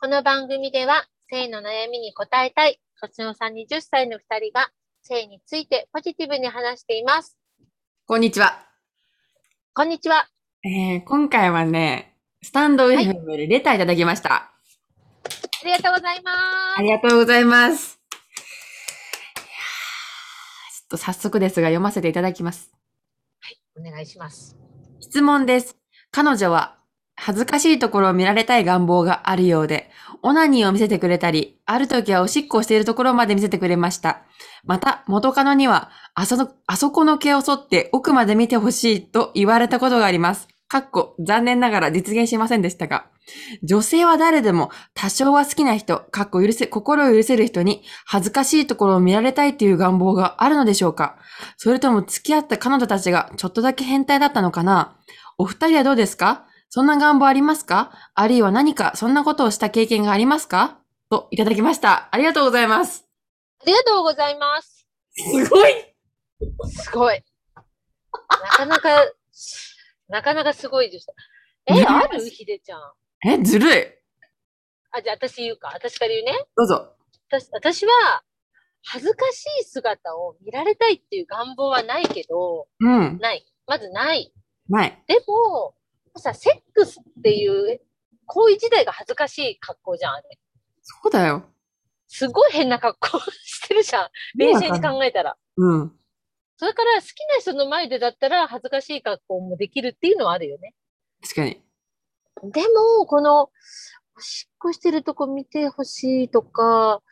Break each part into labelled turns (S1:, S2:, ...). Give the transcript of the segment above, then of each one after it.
S1: この番組では性の悩みに答えたい、卒業さん20歳の2人が性についてポジティブに話しています。
S2: こんにちは。
S1: こんにちは。
S2: えー、今回はね、スタンドウェブよりレターいただきました。
S1: ありがとうございま
S2: あ
S1: す。
S2: りがとうございます。いやーちょっと早速ですが読ませていただきます。
S1: お願いします。
S2: 質問です。彼女は恥ずかしいところを見られたい願望があるようで、オナニーを見せてくれたり、ある時はおしっこをしているところまで見せてくれました。また、元カノには、あそのあそこの毛を剃って奥まで見てほしいと言われたことがあります。かっこ、残念ながら実現しませんでしたが。女性は誰でも多少は好きな人、かっこ許せ、心を許せる人に恥ずかしいところを見られたいという願望があるのでしょうかそれとも付き合った彼女たちがちょっとだけ変態だったのかなお二人はどうですかそんな願望ありますかあるいは何かそんなことをした経験がありますかといただきました。ありがとうございます。
S1: ありがとうございます。
S2: すごい
S1: すごい。なかなか、なかなかすごいでした。え、
S2: ね
S1: あるひでちゃん。
S2: え、ずるい。
S1: あ、じゃあ私言うか。私から言うね。
S2: どうぞ。
S1: 私私は、恥ずかしい姿を見られたいっていう願望はないけど、
S2: うん。
S1: ない。まずない。
S2: ない。
S1: でも、さ、セックスっていう行為自体が恥ずかしい格好じゃん、あれ。
S2: そうだよ。
S1: すごい変な格好してるじゃん。冷静に考えたら。
S2: うん。
S1: それから好きな人の前でだったら恥ずかしい格好もできるっていうのはあるよね。
S2: 確かに。
S1: でも、この、おしっこしてるとこ見てほしいとか、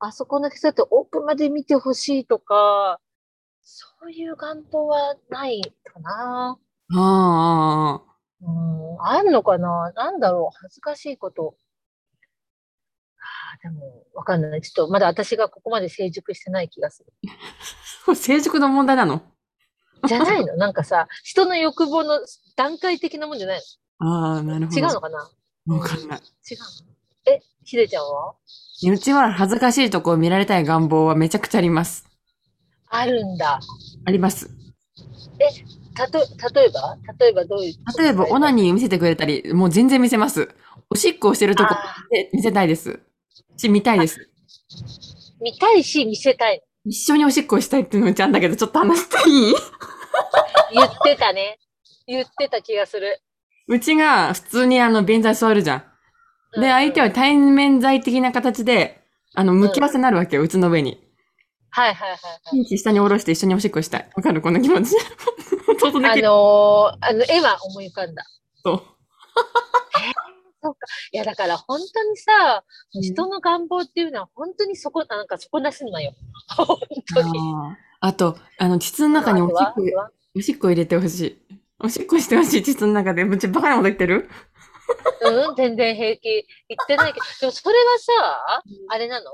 S1: あそこの人だと奥まで見てほしいとか、そういう願望はないかな。
S2: ああああ、ああ。
S1: うん、あんのかななんだろう恥ずかしいこと。ああ、でも、わかんない。ちょっと、まだ私がここまで成熟してない気がする。
S2: これ成熟の問題なの
S1: じゃない のなんかさ、人の欲望の段階的なもんじゃない
S2: ああ、なるほ
S1: の
S2: ど。
S1: 違うのかな
S2: わかんない。
S1: 違うのえ、ひでちゃんは
S2: うちは恥ずかしいとこを見られたい願望はめちゃくちゃあります。
S1: あるんだ。
S2: あります。
S1: たと、例えば例えばどういう
S2: 例えば、オナ
S1: に
S2: ニー見せてくれたり、もう全然見せます。おしっこをしてるとこで見せたいです。し、見たいです。
S1: 見たいし、見せたい。
S2: 一緒におしっこしたいっていうのちゃんだけど、ちょっと話してい い
S1: 言ってたね。言ってた気がする。
S2: うちが普通にあの、便座に座るじゃん。
S1: う
S2: で、
S1: ん
S2: 相手は。対面材的な形で、あの、向き合わせになるわけよ、うちの上に。
S1: はいはいはいはい。
S2: ピンチ下に下ろして一緒におしっこしたい。わかるこんな気持ち。ちょっとだ
S1: あ
S2: け。
S1: のーあの、絵は思い浮かんだ。
S2: そう
S1: いやだから本当にさ、
S2: うん
S1: 人の願望っていうのは本当にそこ、なんかそこなすのよ。本当に。
S2: あと、あの、膣の中におしっこ
S1: 不安不安
S2: おしっこ入れてほしい。おしっこしてほしい、膣の中で。むっちゃバカなこと言ってる
S1: うん、全然平気。言ってないけど、でもそれはさ、あれなの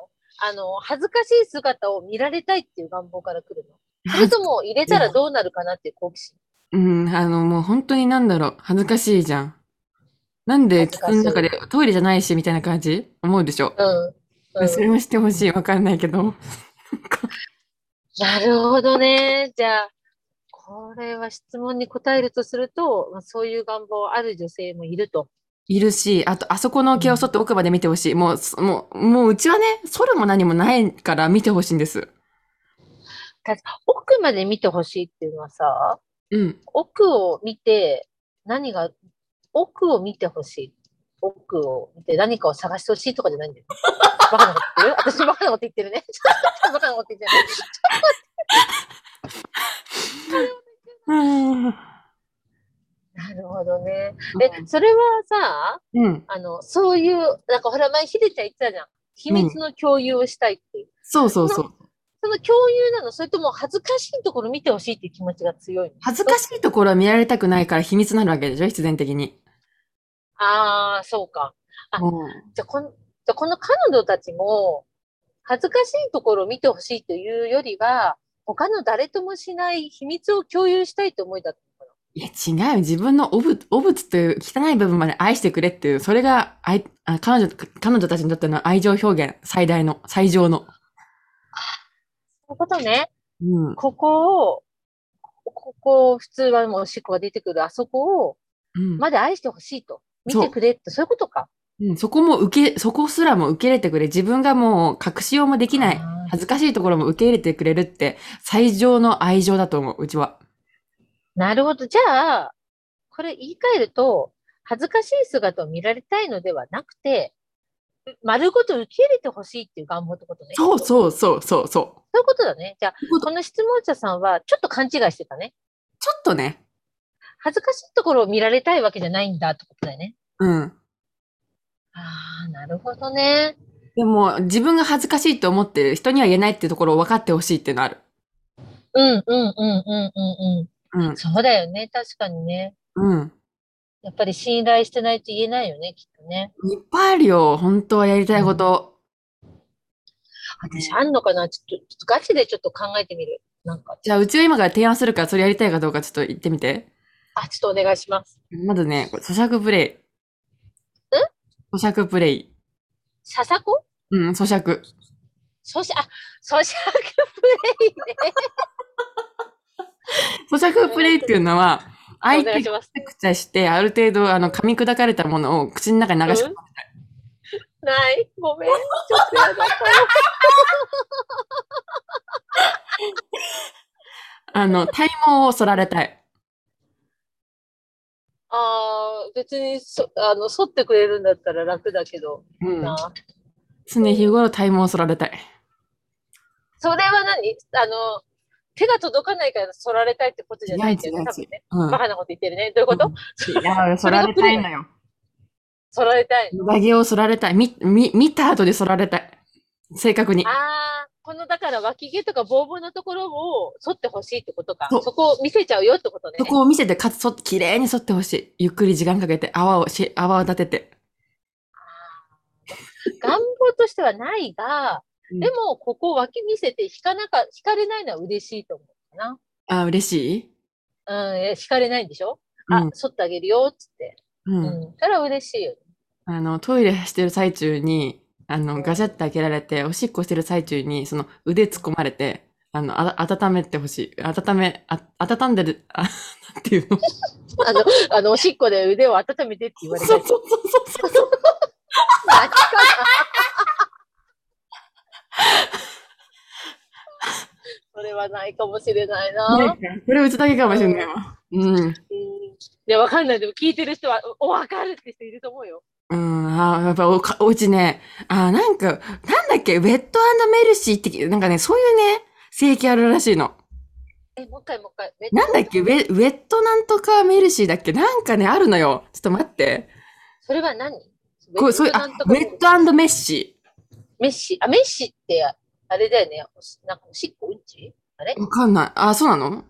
S1: あの、恥ずかしい姿を見られたいっていう願望から来るのそれとも入れたらどうなるかなっていう好奇心。
S2: うん、あの、もう本当になんだろう、恥ずかしいじゃん。なんで
S1: 恥ずかしい
S2: 膣の中でトイレじゃないし、みたいな感じ思うでしょ。
S1: うん。うん
S2: それをしてほしい、わかんないけど。
S1: なるほどね。じゃあ、これは質問に答えるとすると、まあそういう願望ある女性もいると。
S2: いるし、あと、あそこの毛を剃って奥まで見てほしい。もう、そもう、もううちはね、剃るも何もないから見てほしいんです。
S1: ただ奥まで見てほしいっていうのはさ、
S2: うん。
S1: 奥を見て、何が、奥を見てほしい。奥を見て何かを探してほしいとかじゃないんだよ。 バカなこと言ってる私バカなこと言ってるね。 ちょっとバカなこと言ってるね。
S2: う ん。
S1: なるほどね。え、それはさ、
S2: うん。
S1: あの、そういう、なんかほら前ひでちゃん言ってたじゃん。秘密の共有をしたいっていう。
S2: そうそうそう。
S1: その共有なのそれとも恥ずかしいところ見てほしいっていう気持ちが強いの
S2: 恥ずかしいところは見られたくないから秘密になるわけでしょ、必然的に。
S1: ああ、そうか。あ
S2: う
S1: じゃあこん、じゃあこの彼女たちも、恥ずかしいところを見てほしいというよりは、他の誰ともしない秘密を共有したいって思いだったのか
S2: ん、いや、違うよ。自分のおぶ、おぶつという汚い部分まで愛してくれっていう、それが愛、あ彼女、彼女たちにとっての愛情表現、最大の、最上の。
S1: な。そういうことね。
S2: うん。
S1: ここを、ここを普通はもうおしっこが出てくるあそこを、
S2: うん、
S1: まで愛してほしいと。見
S2: そう
S1: てくれって、そういうことか。
S2: うん、そこも受け、そこすらも受け入れてくれ、自分がもう隠しようもできない、
S1: あー
S2: 恥ずかしいところも受け入れてくれるって、最上の愛情だと思う、うちは。
S1: なるほど。じゃあ、これ言い換えると、恥ずかしい姿を見られたいのではなくて、丸ごと受け入れてほしいっていう願望ってことね。
S2: そうそうそうそうそう。
S1: そういうことだね。じゃあ
S2: そういうこ、と
S1: この質問者さんはちょっと勘違いしてたね。
S2: ちょっとね、
S1: 恥ずかしいところを見られたいわけじゃないんだってことだよね。
S2: うん。
S1: ああ、なるほどね。
S2: でも、自分が恥ずかしいと思ってる、人には言えないっていうところを分かってほしいっていうのある。
S1: うんうんうんうんうんうん。
S2: うん。
S1: そうだよね。確かにね。
S2: うん。
S1: やっぱり信頼してないと言えないよね、きっとね。
S2: いっぱいあるよ、本当はやりたいこと。
S1: 私、あんのかなちょっと、ちょっとガチでちょっと考えてみる。なんか、
S2: じゃあ、うちは今から提案するから、それやりたいかどうかちょっと言ってみて。
S1: あ、ちょっとお願いします。
S2: まずね、これ咀嚼プレイ。咀嚼プレイ。
S1: ささこ
S2: うん、
S1: 咀
S2: 咀嚼。
S1: 嚼、あ、咀嚼プレイね。
S2: 咀嚼プレイっていうのは、相
S1: お願
S2: 手
S1: いし
S2: が
S1: ます。
S2: くちゃして、ある程度、あの、噛み砕かれたものを口の中に流し込む。
S1: ない。ごめん。ちょっとやだった。
S2: あの、体毛を剃られたい。
S1: あー別にそ、あの、剃ってくれるんだったら楽だけど。
S2: うん。
S1: なあ
S2: 常日頃体毛を剃られたい。
S1: それは何あの、手が届かないから剃られたいってことじゃないんだよ
S2: 違う違
S1: ね、多
S2: う
S1: 分ね。
S2: うん。
S1: バカなこと言ってるね。どういうこと、
S2: いや、剃られたいのよ。
S1: 剃られたい。
S2: 無駄毛を剃られたい。み、み、見た後で剃られたい。正確に。
S1: ああ、このだから脇毛とかボーボーのところを剃ってほしいってことか。
S2: そう
S1: そこを見せちゃうよってことね
S2: そ。こを見せて、かつ、そ、綺麗に剃ってほしい。ゆっくり時間かけて、泡をし、泡を立てて。
S1: 願望としてはないが、
S2: うん
S1: でもここ脇見せて引かなか、引かれないのは嬉しいと思うか
S2: あ、嬉しい
S1: な。うん、え引かれないんでしょ、
S2: う
S1: あ
S2: ん、
S1: 剃ってあげるよっつって。
S2: う。
S1: うんん、それは嬉しいよね。
S2: あの、トイレしてる最中に、あの、ガシャって開けられて、おしっこしてる最中に、その腕突っ込まれて、あの、あ、温めてほしい。温め、あ、温んでる、あ、なんていうの
S1: あの、 あの、おしっこで腕を温めてって言われた
S2: そ
S1: り
S2: う。そうそうそうそう。
S1: 泣きかな それはないかもしれないな。
S2: ねこれうちだけかもしれないわ。うん。
S1: うんいや、わかんない。でも聞いてる人は、お、わかるって人いると思うよ。
S2: うん、あやっぱおか、おうちね、あなんか、なんだっけ、ウェットメルシーって、なんかね、そういうね、性器あるらしいの。
S1: え、もう一回もう一回。めっちゃ
S2: なんだっけ、ウェ、ウェットなんとかメルシーだっけなんかね、あるのよ。ちょっと待って。
S1: それは何
S2: これ、そういう、あ、ウェットメッシ
S1: メッシ。あ、メッシって、あれだよね。おしなんかおしっこうんちあれ
S2: ー。わかんない。あ、そうなの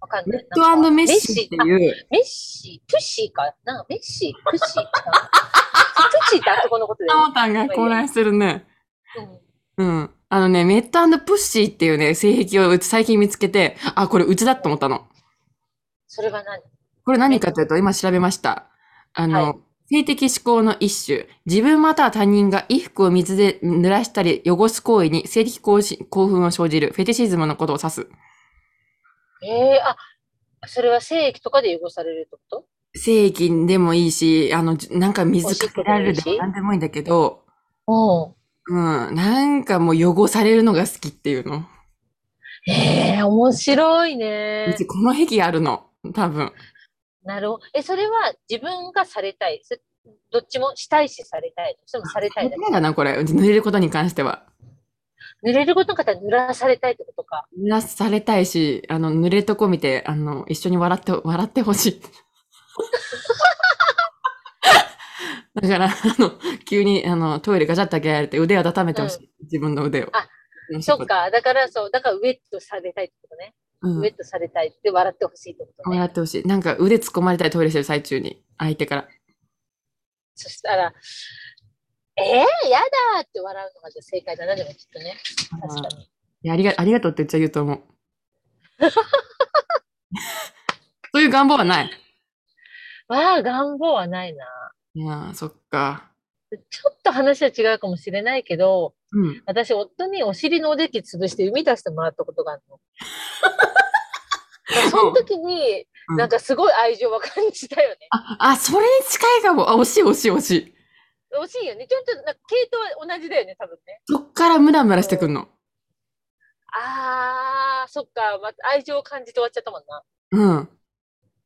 S1: わかん
S2: ウ
S1: な
S2: ェ
S1: い
S2: ッ。トメッシー
S1: シ
S2: っていう、
S1: メッシ、プッシーか。なんかメッシ、プッシーか。プッシーってあそこのことだ
S2: タ
S1: よ
S2: モ
S1: ね。
S2: タンが混乱してるね。
S1: うん
S2: うん。あのね、メットプッシーっていうね、性癖をうち最近見つけて、あ、これうちだと思ったの。
S1: それは何
S2: これ何かというと、今調べました。あの、
S1: は
S2: 性的思考の一種。自分または他人が衣服を水で濡らしたり汚す行為に性的興し興奮を生じるフェティシズムのことを指す。
S1: ええあ、それは精液とかで汚されるってこと
S2: 性液でもいいし、あの、じなんか水かけられる
S1: おしっこでもいいし
S2: でも何でもいいんだけど、
S1: うん。
S2: うん、なんかもう汚されるのが好きっていうの。
S1: ええ面白いうね。
S2: ちこの癖あるの。多分。
S1: なるほど。え、それは自分がされたい。そどっちもしたいしされたい。それもされたいだけ。
S2: 嫌だな、これ。濡れることに関しては。
S1: 濡れることの方は濡らされたいってことか。
S2: 濡らされたいし、あの、濡れるとこ見て、あの、一緒に笑って、笑ってほし い。だから、あの、急に、あの、トイレガチャッと開けられて、腕を温めてほしい。自分の腕を。
S1: あ、そ
S2: そ
S1: っ。か。だからそう。だからウェットされたいってことね。
S2: うん
S1: ウェ。ットされたいって笑ってほしいってことね。
S2: 笑ってほしい。なんか、腕突っ込まれたり、トイレしてる最中に、相手から。
S1: そしたら、えー、やだーって笑うのがじゃあ正解だな、でもきっとね。確かに。
S2: いや、ありが、ありがとうって言っちゃ言う と思う。そういう願望はない。
S1: わあ、願望はないな。
S2: いやー、そっか。
S1: ちょっと話は違うかもしれないけど、
S2: うん。
S1: 私、夫にお尻のおでき潰して生み出してもらったことがあるの。その時に、
S2: うん
S1: なんかすごい愛情は感じたよね。
S2: あ、あ、それに近いかも。あ、惜しい、惜しい、惜しい。
S1: 惜しいよね。ちょっと、なんか系統は同じだよね、多分ね。
S2: そっからムラムラしてくんの。
S1: あー、そっか。ま、愛情を感じて終わっちゃったもんな。
S2: うん。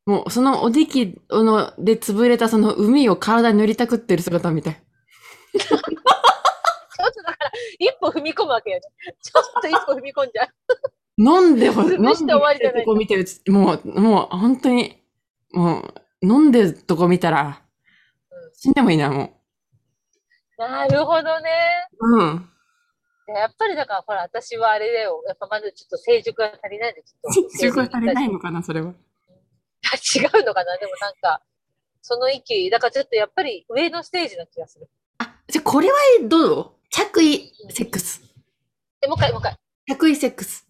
S2: もう、そのおできので潰れたその海を体に塗りたくってる姿みたい。
S1: ちょっとだから、一歩踏み込むわけよね。ちょっと一歩踏み込ん じゃう。
S2: 飲んでほ、飲ん
S1: 潰して終わりじゃない
S2: でるとこ見てるつ、もう、もう、本当に、もう、飲んでるとこ見たら
S1: うん、
S2: 死んでもいいな、も
S1: なるほどね。
S2: う。うん。
S1: でやっぱりだから、ほら、私はあれだよ。やっぱまだちょっと成熟が足りないんで、ちょっと。
S2: 成功されないのかな、それは。
S1: あ 違うのかなでもなんか、その域、だからちょっとやっぱり上のステージな気がする。
S2: あ、じゃ、これはどう着衣セックス。
S1: え、もう一回、もう一回。
S2: 着衣セックス。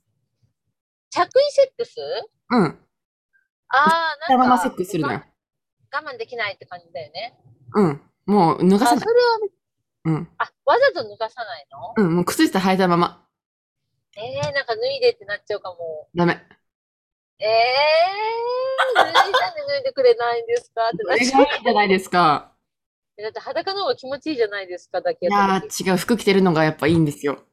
S1: 着衣セックス
S2: うん。
S1: ああ、
S2: たま
S1: なん
S2: ま
S1: か、
S2: セックスするのよ。
S1: 我慢できないって感じだよね。
S2: うん。もう、脱
S1: あ、
S2: が
S1: そ
S2: さ
S1: れ
S2: ない。
S1: は、
S2: うん。
S1: あ、わざと脱がさないの
S2: うん、もう靴下履いたまま。
S1: えー、なんか脱いでってなっちゃうかも。
S2: ダメ。
S1: えー、脱いだんで脱いでくれないんですかって
S2: そ
S1: なっ
S2: れ
S1: ち
S2: が
S1: ゃ
S2: いうい。じゃないですか。
S1: だって裸の方が気持ちいいじゃないですか、だけ
S2: い
S1: ど。
S2: や
S1: あ
S2: ー、違う。服着てるのがやっぱいいんですよ。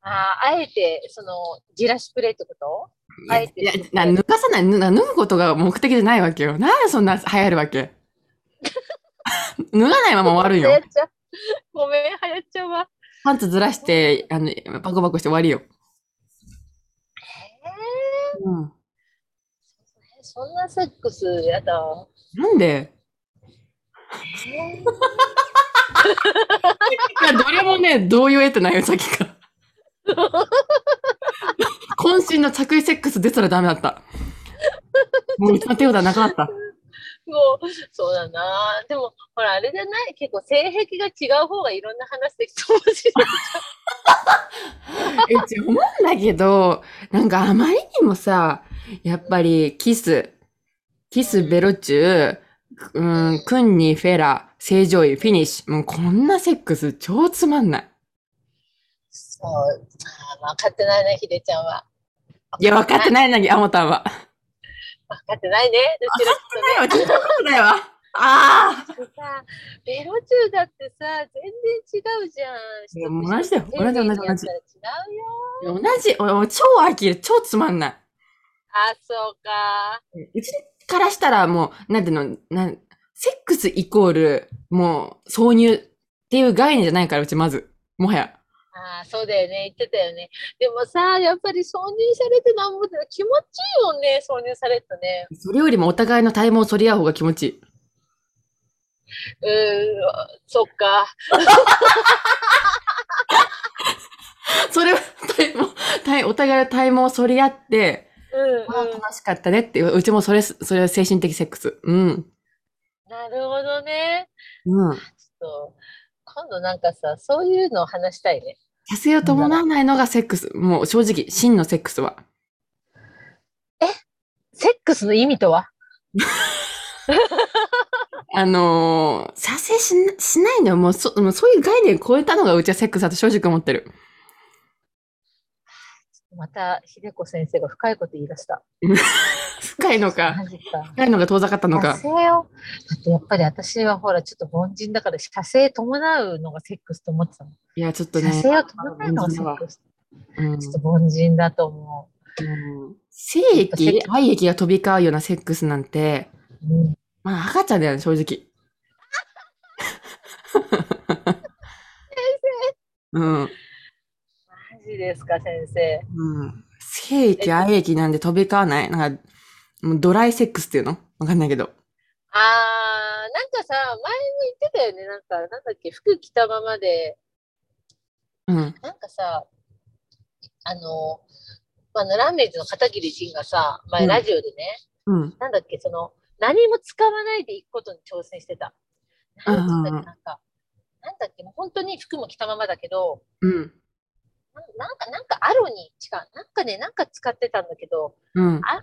S1: あー、あえて、その、じらしプレイってこと
S2: い
S1: あ
S2: や
S1: え
S2: い
S1: て
S2: やな脱がさない、ぬ脱ぐことが目的じゃないわけよ。なんでそんな流行るわけ 脱がないまま終わるん
S1: 流
S2: よ
S1: 行。っちゃう。 ごめん、流行っちゃうわ。
S2: パンツずらして、あの、バコバコして終わりよ。
S1: えー
S2: うん、
S1: そんなセックスやだ。
S2: なんでいや、どれもね、同様得てないよ、さっきから。 渾身の着衣セックスですらダメだった。もううちの手札なくなった。
S1: もう、そうだな。でも、ほら、あれじゃない結構、性癖が違う方がいろんな話できて面白い。
S2: え、ち思うんだけど、なんかあまりにもさ、やっぱりキス、キス、ベロチュー、うん、クンニ、フェラ、正常位、フィニッシュ。もうこんなセックス超つまんない。
S1: そう、あー分かってないね、ひでちゃんは。
S2: いや、分かって
S1: ない。
S2: ないなに、アモタンは。
S1: 分かってないね。うちらきっとね。
S2: 分かってないわ、聞いたことないわ。ああ
S1: さ、ベロチューだってさ、全然違うじゃん。
S2: いやもう同じだよ
S1: 一つ一つ
S2: 同じ同じ
S1: 丁寧にやったら違うよ。
S2: 同じ、俺も超飽きる、超つまんない。
S1: あ、そうか。
S2: うちからしたらもう、なんていうの、なんセックスイコール、もう、挿入っていう概念じゃないから、うちまず。もはや。
S1: ああ、そうだよね。言ってたよね。でもさ、やっぱり挿入されてなんぼって気持ちいいもんね、挿入されたね。
S2: それよりもお互いの体毛を剃り合う方が気持ちいい。
S1: うーん、そっか。
S2: それは、 体毛、体、お互いの体毛を剃り合って、
S1: うん、うん。
S2: ああ、楽しかったねっていう、うちもそれ、それは精神的セックス。うん。
S1: なるほどね。
S2: うん。
S1: そう。今度なんかさ、そういうのを話したいね。
S2: 射精を伴わないのがセックス。もう正直、真のセックスは。
S1: セックスの意味とは
S2: あのー、射精しなしないのよ。もうそ、もうそういう概念を超えたのがうちはセックスだと正直思ってる。
S1: また、秀子先生が深いこと言い出した。
S2: 深いのか、
S1: マジか。
S2: 深いのが遠ざかったの
S1: 射
S2: か。
S1: 精を。だってやっぱり私はほら、ちょっと凡人だから、射精伴うのがセックスと思ってたの。
S2: いや、ちょっと
S1: 射
S2: ね、
S1: 精を伴うのがセックス。
S2: うん
S1: ちょっと凡人だと思
S2: うん精液、愛液が飛び交うようなセックスなんて、
S1: う。うん、
S2: まあ赤ちゃんだよね、正直。うん。
S1: マジですか、先生。
S2: うん。精液、愛液なんで飛び交わないなんか、もうドライセックスっていうのわかんないけど。
S1: あー、なんかさ、前も言ってたよね。なんか、なんだっけ、服着たままで、
S2: うん。
S1: なんかさ、あの、まあ、ラーメンズの片桐仁がさ、
S2: う
S1: 前
S2: ん
S1: ラジオでね、
S2: うん。
S1: なんだっけ、その、何も使わないで行くことに挑戦してた。
S2: うん
S1: なんだっけ、なんか、なんだっけ、もう本当に服も着たままだけど、
S2: うん。
S1: ななんか、なんかアロに、違う、なんかね、なんか使ってたんだけど、
S2: うん。
S1: あ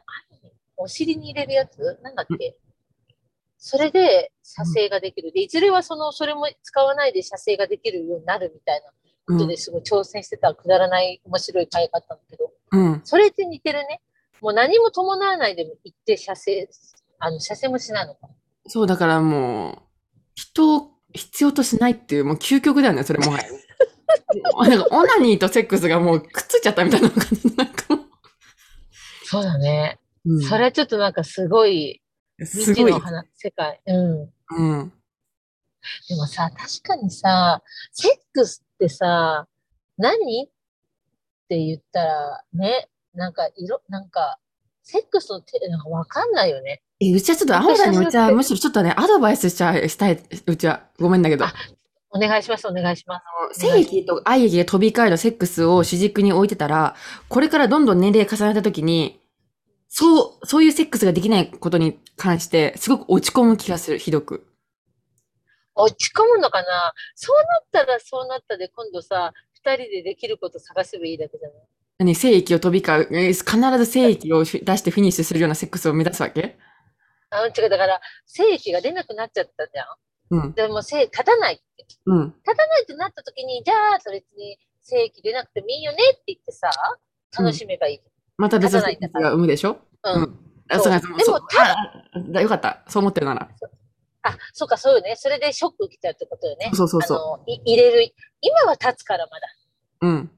S1: お尻に入れるやつなんだっけ、それで射精ができる。で、いずれはその、それも使わないで射精ができるようになるみたいなこ
S2: う
S1: と
S2: ん
S1: ですごい挑戦してたくだらない面白い回があったんだけど、
S2: うん。
S1: それって似てるね。もう何も伴わないでも行って射精、あの、射精もしないのか。
S2: そう、だからもう、人を必要としないっていう、もう究極だよね、それもは や。なんか、オナニーとセックスがもうくっついちゃったみたいな感じなんかも
S1: そうだね。
S2: う、うん
S1: それはちょっとなんかすごい、
S2: す
S1: 未知
S2: ごい
S1: の。話、世界。うん。
S2: うん。
S1: でもさ、確かにさ、セックスってさ、何って言ったら、ね、なんか色、なんか、セックスのて、なんかわかんないよね。
S2: え、うちはちょっと、アホさんに
S1: 私は
S2: うちは、
S1: だって
S2: むしろちょっとね、アドバイスしちゃい、したい、うちは。ごめんだけど
S1: あ。お願いします、お願いします。
S2: 性液と愛液が飛び交えるセックスを主軸に置いてたら、これからどんどん年齢重ねた時に、そう、そういうセックスができないことに関して、すごく落ち込む気がする、ひどく。
S1: 落ち込むのかなそうなったらそうなったで、今度さ、二人でできること探せばいいだけじゃない
S2: 何、性液を飛び交う、えー必ず性液を出してフィニッシュするようなセックスを目指すわけ
S1: あ、違う、だから、精液が出なくなっちゃったじゃん。
S2: うん。
S1: でも、精、立たないって。立
S2: うん。
S1: たないってなった時に、じゃあ、それに精液出なくてもいいよねって言ってさ、楽しめばいい。
S2: また別のセックスが生むでしょ
S1: うん。
S2: うんあ、
S1: そ
S2: そううそう
S1: でも
S2: そうあだよかった。そう思ってるなら。
S1: あ、そうか、そうよね。それでショック受けちゃうってことよね。
S2: そうそうそう
S1: あのい入れる。今は立つからまだ。
S2: うん。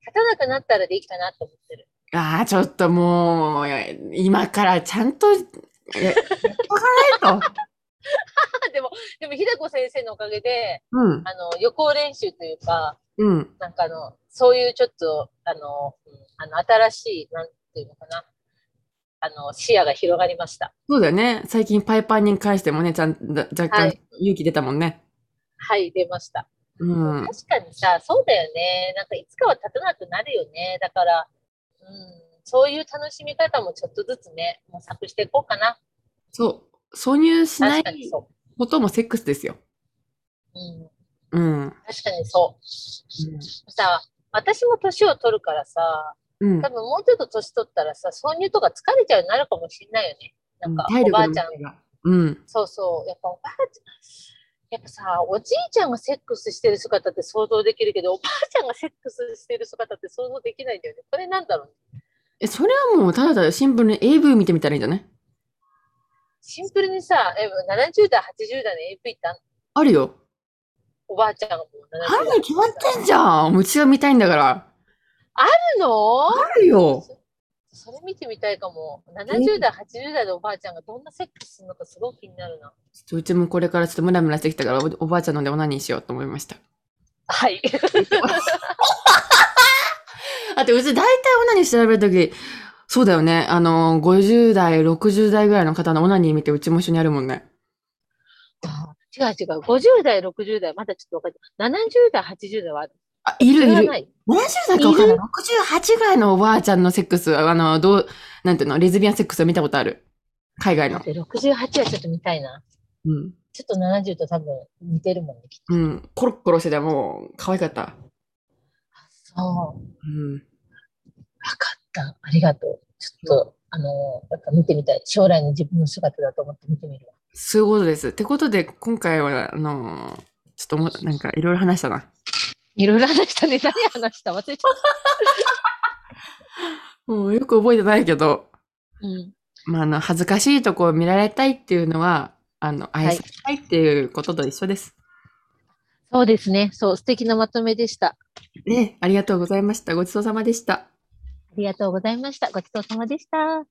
S1: 立たなくなったらでいいかなと思ってる。
S2: ああ、ちょっともう、今からちゃんと、えやっとかないと。
S1: あでも、でも、ひだこ先生のおかげで、
S2: うん。
S1: あの、予行練習というか、
S2: うん。
S1: なんかあの、そういうちょっと、あの、うんあの新しい、なんていうのかな。あの、視野が広がりました。
S2: そうだよね。最近パイパンに関してもね、ちゃん、だ若
S1: は
S2: 干
S1: い
S2: 勇気出たもんね。
S1: はい、出ました。
S2: うん。
S1: 確かにさ、そうだよね。なんかいつかは立たなくなるよね。だから、うん、そういう楽しみ方もちょっとずつね、模索していこうかな。
S2: そう。挿入しな
S1: 確
S2: い
S1: かにそ
S2: こともセックスですよ。
S1: う。うん、
S2: うん。
S1: 確かにそう。さ、私も年を取るからさ、
S2: うん。
S1: 多分もうちょっと年取ったらさ、挿入とか疲れちゃうようになるかもしれないよね。なんか、
S2: 体
S1: お
S2: 力
S1: ばあ
S2: の
S1: ちゃん
S2: 問題がうん。
S1: そうそう。やっぱおばあちゃん、やっぱさ、おじいちゃんがセックスしてる姿って想像できるけど、おばあちゃんがセックスしてる姿って想像できないんだよね。これなんだろうね。
S2: え、それはもう、ただただシンプルに AV 見てみたらいいんじゃない
S1: シンプルにさ、え70代、80代の AV ってあん
S2: あるよ。
S1: おばあちゃんがもう70代。
S2: あるに決まってんじゃん。うちが見たいんだから。
S1: るの
S2: あるよ。
S1: それ見てみたいかも。70代、80代のおばあちゃんがどんなセックスするのかすごく気になるな。
S2: ちょっとうちもこれからちょっとムラムラしてきたから、おおばあちゃんのでオナニーしようと思いました。
S1: はい。
S2: あと、うち大体オナニー調べるとき、そうだよね。あの、50代、60代ぐらいの方のオナニー見て、うちも一緒にやるもんね。
S1: 違う違う。50代、60代、まだちょっと分かんない。70代、80代はある。
S2: あ、い
S1: そ
S2: る
S1: れ
S2: い
S1: は
S2: る。
S1: ない。
S2: 70代かわかんないい。68ぐらいのおばあちゃんのセックス、あの、どう、なんていうの、レズビアンセックスを見たことある。海外の。
S1: で68はちょっと見たいな。
S2: うん。
S1: ちょっと70と多分似てるもんね、きっと。
S2: うん。コロッコロしてて、もう、可愛かった。
S1: そう。
S2: うん。
S1: 分かった。ありがとう。ちょっと、あの、なんか見てみたい。将来の自分の姿だと思って見てみるわ。
S2: そういうことです。ってことで、今回は、あの、ちょっとも、なんか、いろいろ話したな。
S1: いろいろ話したね。何話した忘れちゃっ
S2: もう、よく覚えてないけど、
S1: た。うん。
S2: まあ、あの、恥ずかしいとこを見られたいっていうのは、あの、
S1: い
S2: 愛されたいっていうことと一緒です。
S1: そうですね。そう、素敵なまとめでした。
S2: ね、ありがとうございました。ごちそうさまでした。
S1: ありがとうございました。ごちそうさまでした。